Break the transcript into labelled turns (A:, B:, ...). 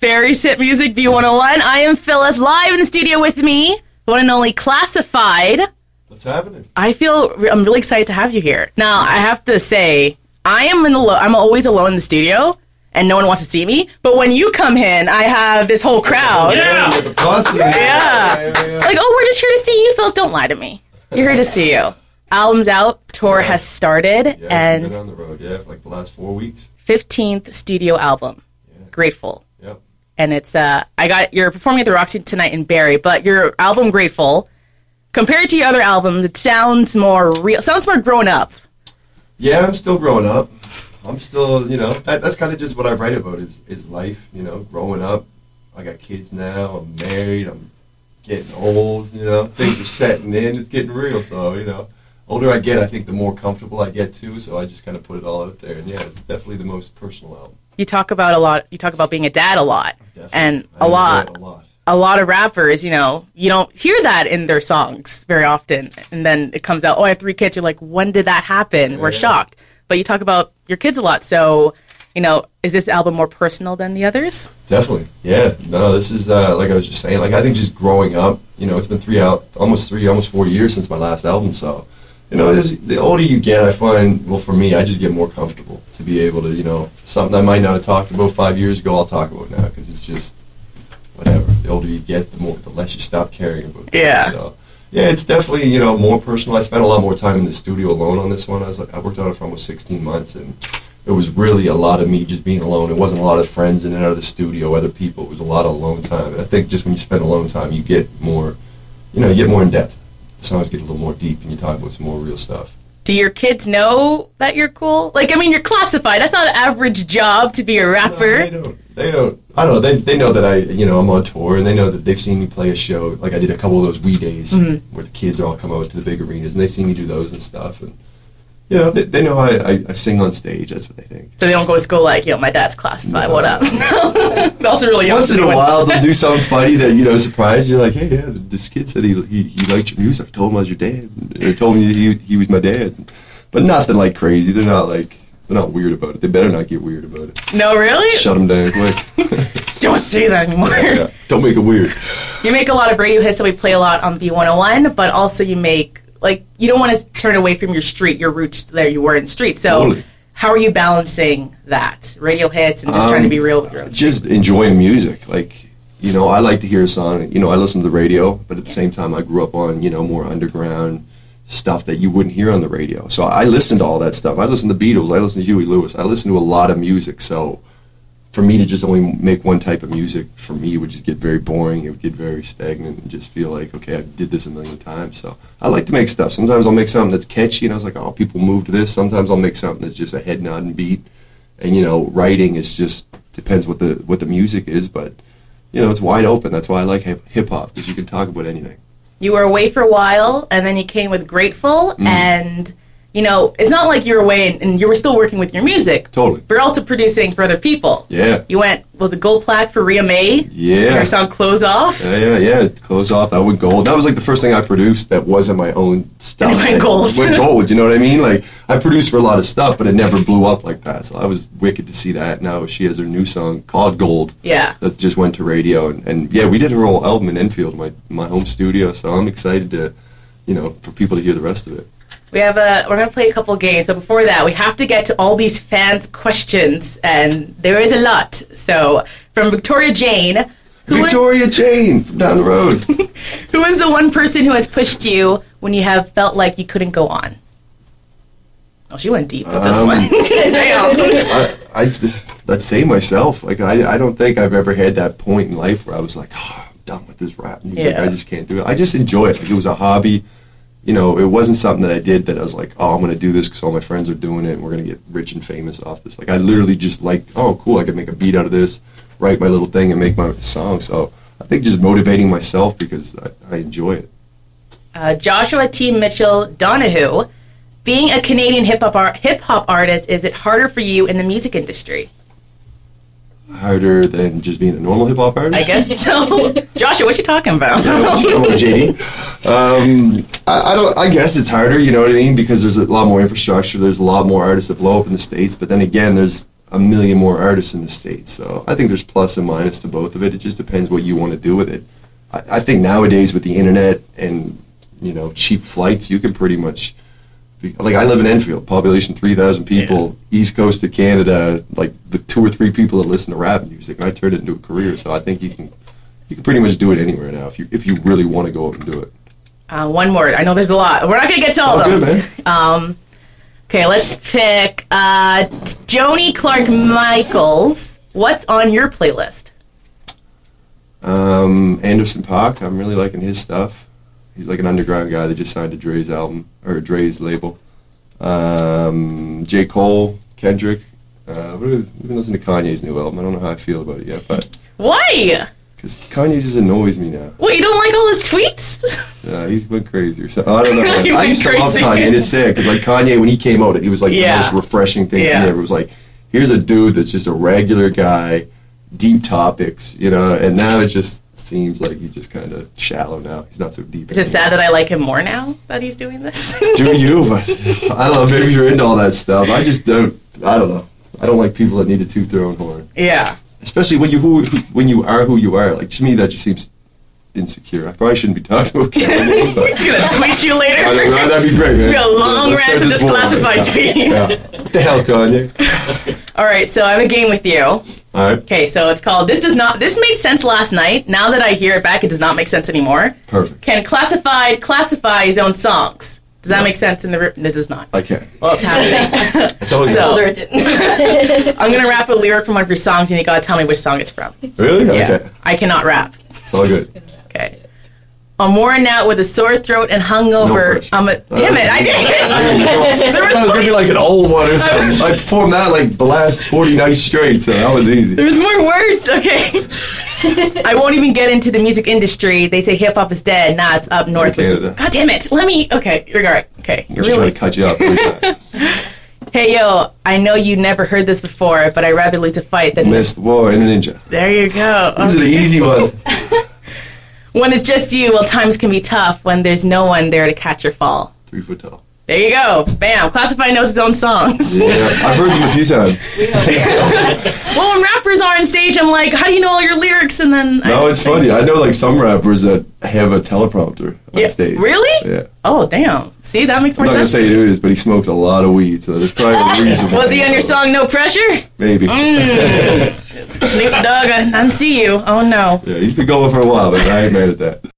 A: Very Sit Music V101. I am Phyllis, live in the studio with me, the one and only Classified.
B: What's happening?
A: I feel I'm really excited to have you here. Now, I have to say, I am in the lo- I'm always alone in the studio, and no one wants to see me. But when you come in, I have this whole crowd.
B: Yeah. the posse. Yeah.
A: Yeah. Like, oh, we're just here to see you, Phyllis. Don't lie to me. You're here to see you. Album's out. Tour has started,
B: Yeah, she's
A: and
B: been on the road, yeah, for like the last four weeks.
A: 15th studio album. Grateful.
B: Yep.
A: and it's uh I got you're performing at the Roxy tonight in Barry, but your album Grateful, compared to your other album, it sounds more real sounds more grown up.
B: Yeah, I'm still growing up. I'm still, you know, that, that's kind of just what I write about is, is life, you know, growing up. I got kids now. I'm married. I'm getting old, you know. Things are setting in. It's getting real. So, you know, older I get, I think the more comfortable I get too. So I just kind of put it all out there. And yeah, it's definitely the most personal album.
A: You talk about a lot you talk about being a dad a lot.
B: Definitely.
A: And
B: I
A: a
B: enjoy
A: lot
B: it A lot.
A: a lot of rappers, you know, you don't hear that in their songs very often. And then it comes out, oh, I have three kids. You're like, when did that happen? We're
B: Yeah.
A: shocked. But you talk about your kids a lot. So, you know, is this album more personal than the others?
B: Definitely, yeah. No, this is uh, like I was just saying. Like I think just growing up, you know, it's been three out, almost three, almost four years since my last album. So, you know, as the older you get, I find, well, for me, I just get more comfortable to be able to, you know, something I might not have talked about five years ago, I'll talk about now because it's just whatever. The older you get, the more, the less you stop caring about. things.
A: Yeah.
B: So, yeah, it's definitely you know more personal. I spent a lot more time in the studio alone on this one. I was like, I worked on it for almost 16 months, and it was really a lot of me just being alone. It wasn't a lot of friends in and out of the studio, other people. It was a lot of alone time. And I think just when you spend alone time, you get more, you know, you get more in depth. The songs get a little more deep, and you talk about some more real stuff.
A: Do your kids know that you're cool? Like, I mean, you're classified. That's not an average job to be a
B: No,
A: rapper.
B: they don't. They don't. I don't know. They, they know that I, you know, I'm on tour, and they know that they've seen me play a show. Like I did a couple of those wee days where the kids all come out to the big arenas, and they see me do those and stuff. And you know, they, they know how I, I, I sing on stage. That's what they think.
A: So they don't go to school like, yo, my dad's classified. What up? That's really
B: Once in a
A: upsetting.
B: while, they'll do something funny that you know, surprise you. Like, hey, yeah, this kid said he he, he liked your music. I told him I was your dad. They told me he he was my dad. But nothing like crazy. They're not like they're not weird about it. They better not get weird about it.
A: No, really?
B: Shut them down quick.
A: Don't say that anymore.
B: Yeah. Don't make it weird.
A: You make a lot of radio hits, so we play a lot on B101, but also you make, like, you don't want to turn away from your street, your roots there you were in the street. So
B: Totally.
A: how are you balancing that? Radio hits and just trying to
B: Um,
A: be real with your own.
B: just enjoying music. Like, you know, I like to hear a song. You know, I listen to the radio, but at the same time, I grew up on you know more underground stuff that you wouldn't hear on the radio. So I listened to all that stuff. I listened to Beatles. I listened to Huey Lewis. I listened to a lot of music. So for me to just only make one type of music for me would just get very boring. It would get very stagnant and just feel like okay, I did this a million times. So I like to make stuff. Sometimes I'll make something that's catchy, and I was like, oh, people move to this. Sometimes I'll make something that's just a head nod and beat and you know writing is just depends what the what the music is but you know it's wide open that's why i like hip hop because you can talk about anything
A: you were away for a while and then you came with grateful
B: Mm.
A: and you know it's not like you were away and, and you were still working with your music
B: Totally.
A: but you're also producing for other people
B: Yeah.
A: you went with a gold plaque for Rhea May
B: Yeah.
A: your song close off
B: yeah yeah yeah close off that went gold that was like the first thing i produced that wasn't my own stuff
A: And it went
B: That
A: gold.
B: went gold you know what i mean like i produced for a lot of stuff but it never blew up like that so i was wicked to see that now she has her new song called gold
A: Yeah.
B: that just went to radio and, and yeah we did her whole album in enfield my my home studio so i'm excited to you know for people to hear the rest of it
A: we have a we're gonna play a couple games but before that we have to get to all these fans questions and there is a lot so from Victoria Jane who is,
B: victoria jane from down the road
A: who is the one person who has pushed you when you have felt like you couldn't go on oh she went deep with this
B: Um,
A: one damn
B: I, I let's say myself. Like I, I don't think I've ever had that point in life where I was like, oh, I'm done with this rap music.
A: Yeah.
B: I just can't do it. I just enjoy it. Like it was a hobby. You know, it wasn't something that I did that I was like, oh, I'm going to do this because all my friends are doing it and we're going to get rich and famous off this. Like I literally just like, oh, cool, I could make a beat out of this, write my little thing, and make my song. So I think just motivating myself because I, I enjoy it.
A: uh, Joshua T. Mitchell Donahue. Being a Canadian hip hop ar- hip hop artist, is it harder for you in the music industry?
B: Harder than just being a normal hip hop artist.
A: I guess so. Joshua, what you talking about?
B: Come on, JD. Um, I, I don't. I guess it's harder. You know what I mean? Because there's a lot more infrastructure. There's a lot more artists that blow up in the states. But then again, there's a million more artists in the state. So I think there's plus and minus to both of it. It just depends what you want to do with it. I, I think nowadays with the internet and you know cheap flights, you can pretty much be, like I live in Enfield, population three thousand people, east coast of Canada, like the two or three people that listen to rap music, and I turned it into a career. So I think you can you can pretty much do it anywhere now if you if you really want to go out and do it.
A: Uh, one more. I know there's a lot. We're not gonna get to all
B: All
A: of
B: good,
A: them.
B: man.
A: Okay, let's pick uh, Joni Clark Michaels. What's on your playlist?
B: Um, Anderson Park, I'm really liking his stuff. He's like an underground guy that just signed to Dre's album or Dre's label. Um, J. Cole, Kendrick. Uh, what are- I've been listening to Kanye's new album. I don't know how I feel about it yet, but
A: Why?
B: because Kanye just annoys me now.
A: Wait, you don't like all his tweets?
B: Uh, he's went crazy or something. I don't know. man.
A: He
B: I
A: went
B: used to love
A: crazy.
B: Kanye, and it's sad because like Kanye, when he came out, he was like
A: Yeah.
B: the most refreshing thing
A: Yeah.
B: for me ever. It was like, here's a dude that's just a regular guy, deep topics, you know. And now it just seems like he's just kind of shallow now. He's not so deep.
A: Is it sad that I like him more now that he's doing this?
B: Do you? But I don't know. Maybe you're into all that stuff. I just don't. I don't know. I don't like people that need to toot their own horn,
A: yeah.
B: especially when you who, who when you are who you are. Like to me, that just seems insecure. I probably shouldn't be talking about Kanye, but.
A: He's gonna tweet you later.
B: I don't know, that'd be great, man.
A: We got a long
B: Let's start
A: rant of
B: this one.
A: disclassified tweets.
B: Yeah. What the hell, Kanye?
A: All right, so I have a game with you.
B: All right,
A: Okay, so it's called This Does Not This Made Sense Last Night. Now that I hear it back, it does not make sense anymore.
B: perfect.
A: Can classified classify his own songs? Does that make sense in the room? It does not.
B: I can.
A: Well, it's happening.
B: Oh. I told you.
A: So-
C: Older it didn't.
A: I'm gonna rap a lyric from one of your songs, and you gotta tell me which song it's from.
B: really?
A: Yeah.
B: Okay.
A: I cannot rap.
B: It's all good.
A: Okay. I'm worn out with a sore throat and hungover.
B: pressure. Uh,
A: I'm a damn it. I didn't.
B: I
A: There
B: thought it was
A: was
B: gonna be like an old one or something. I performed that like the last 40 nights straight, so that was easy.
A: there was more words. Okay. I won't even get into the music industry. They say hip hop is dead. Nah, it's up north. with-
B: Canada.
A: God damn it. Let me. Okay. You're all right. Okay. You're
B: Just
A: really.
B: trying to cut you up. Who's
A: Hey yo. I know you never heard this before, but I'd rather lose a fight than miss.
B: Missed war and a ninja.
A: There you go.
B: These are the easy ones.
A: When it's just you, well, times can be tough when there's no one there to catch your fall.
B: Three foot tall.
A: There you go. Bam. Classify knows his own songs.
B: Yeah, I've heard them a few times.
A: well, when rappers are on stage, I'm like, how do you know all your lyrics? And then I
B: No,
A: just
B: it's
A: think-
B: funny. I know like some rappers that have a teleprompter on
A: Yeah,
B: stage.
A: Really?
B: Yeah.
A: Oh, damn. See, that makes more
B: I'm not gonna
A: sense.
B: say who it is, but he smokes a lot of weed, so there's probably a reason.
A: Was he on your Mm. song No Pressure?
B: Maybe.
A: Snoop Dogg, I, I see you. Oh, no. Oh,
B: Yeah, he's been going for a while, but I ain't mad at that.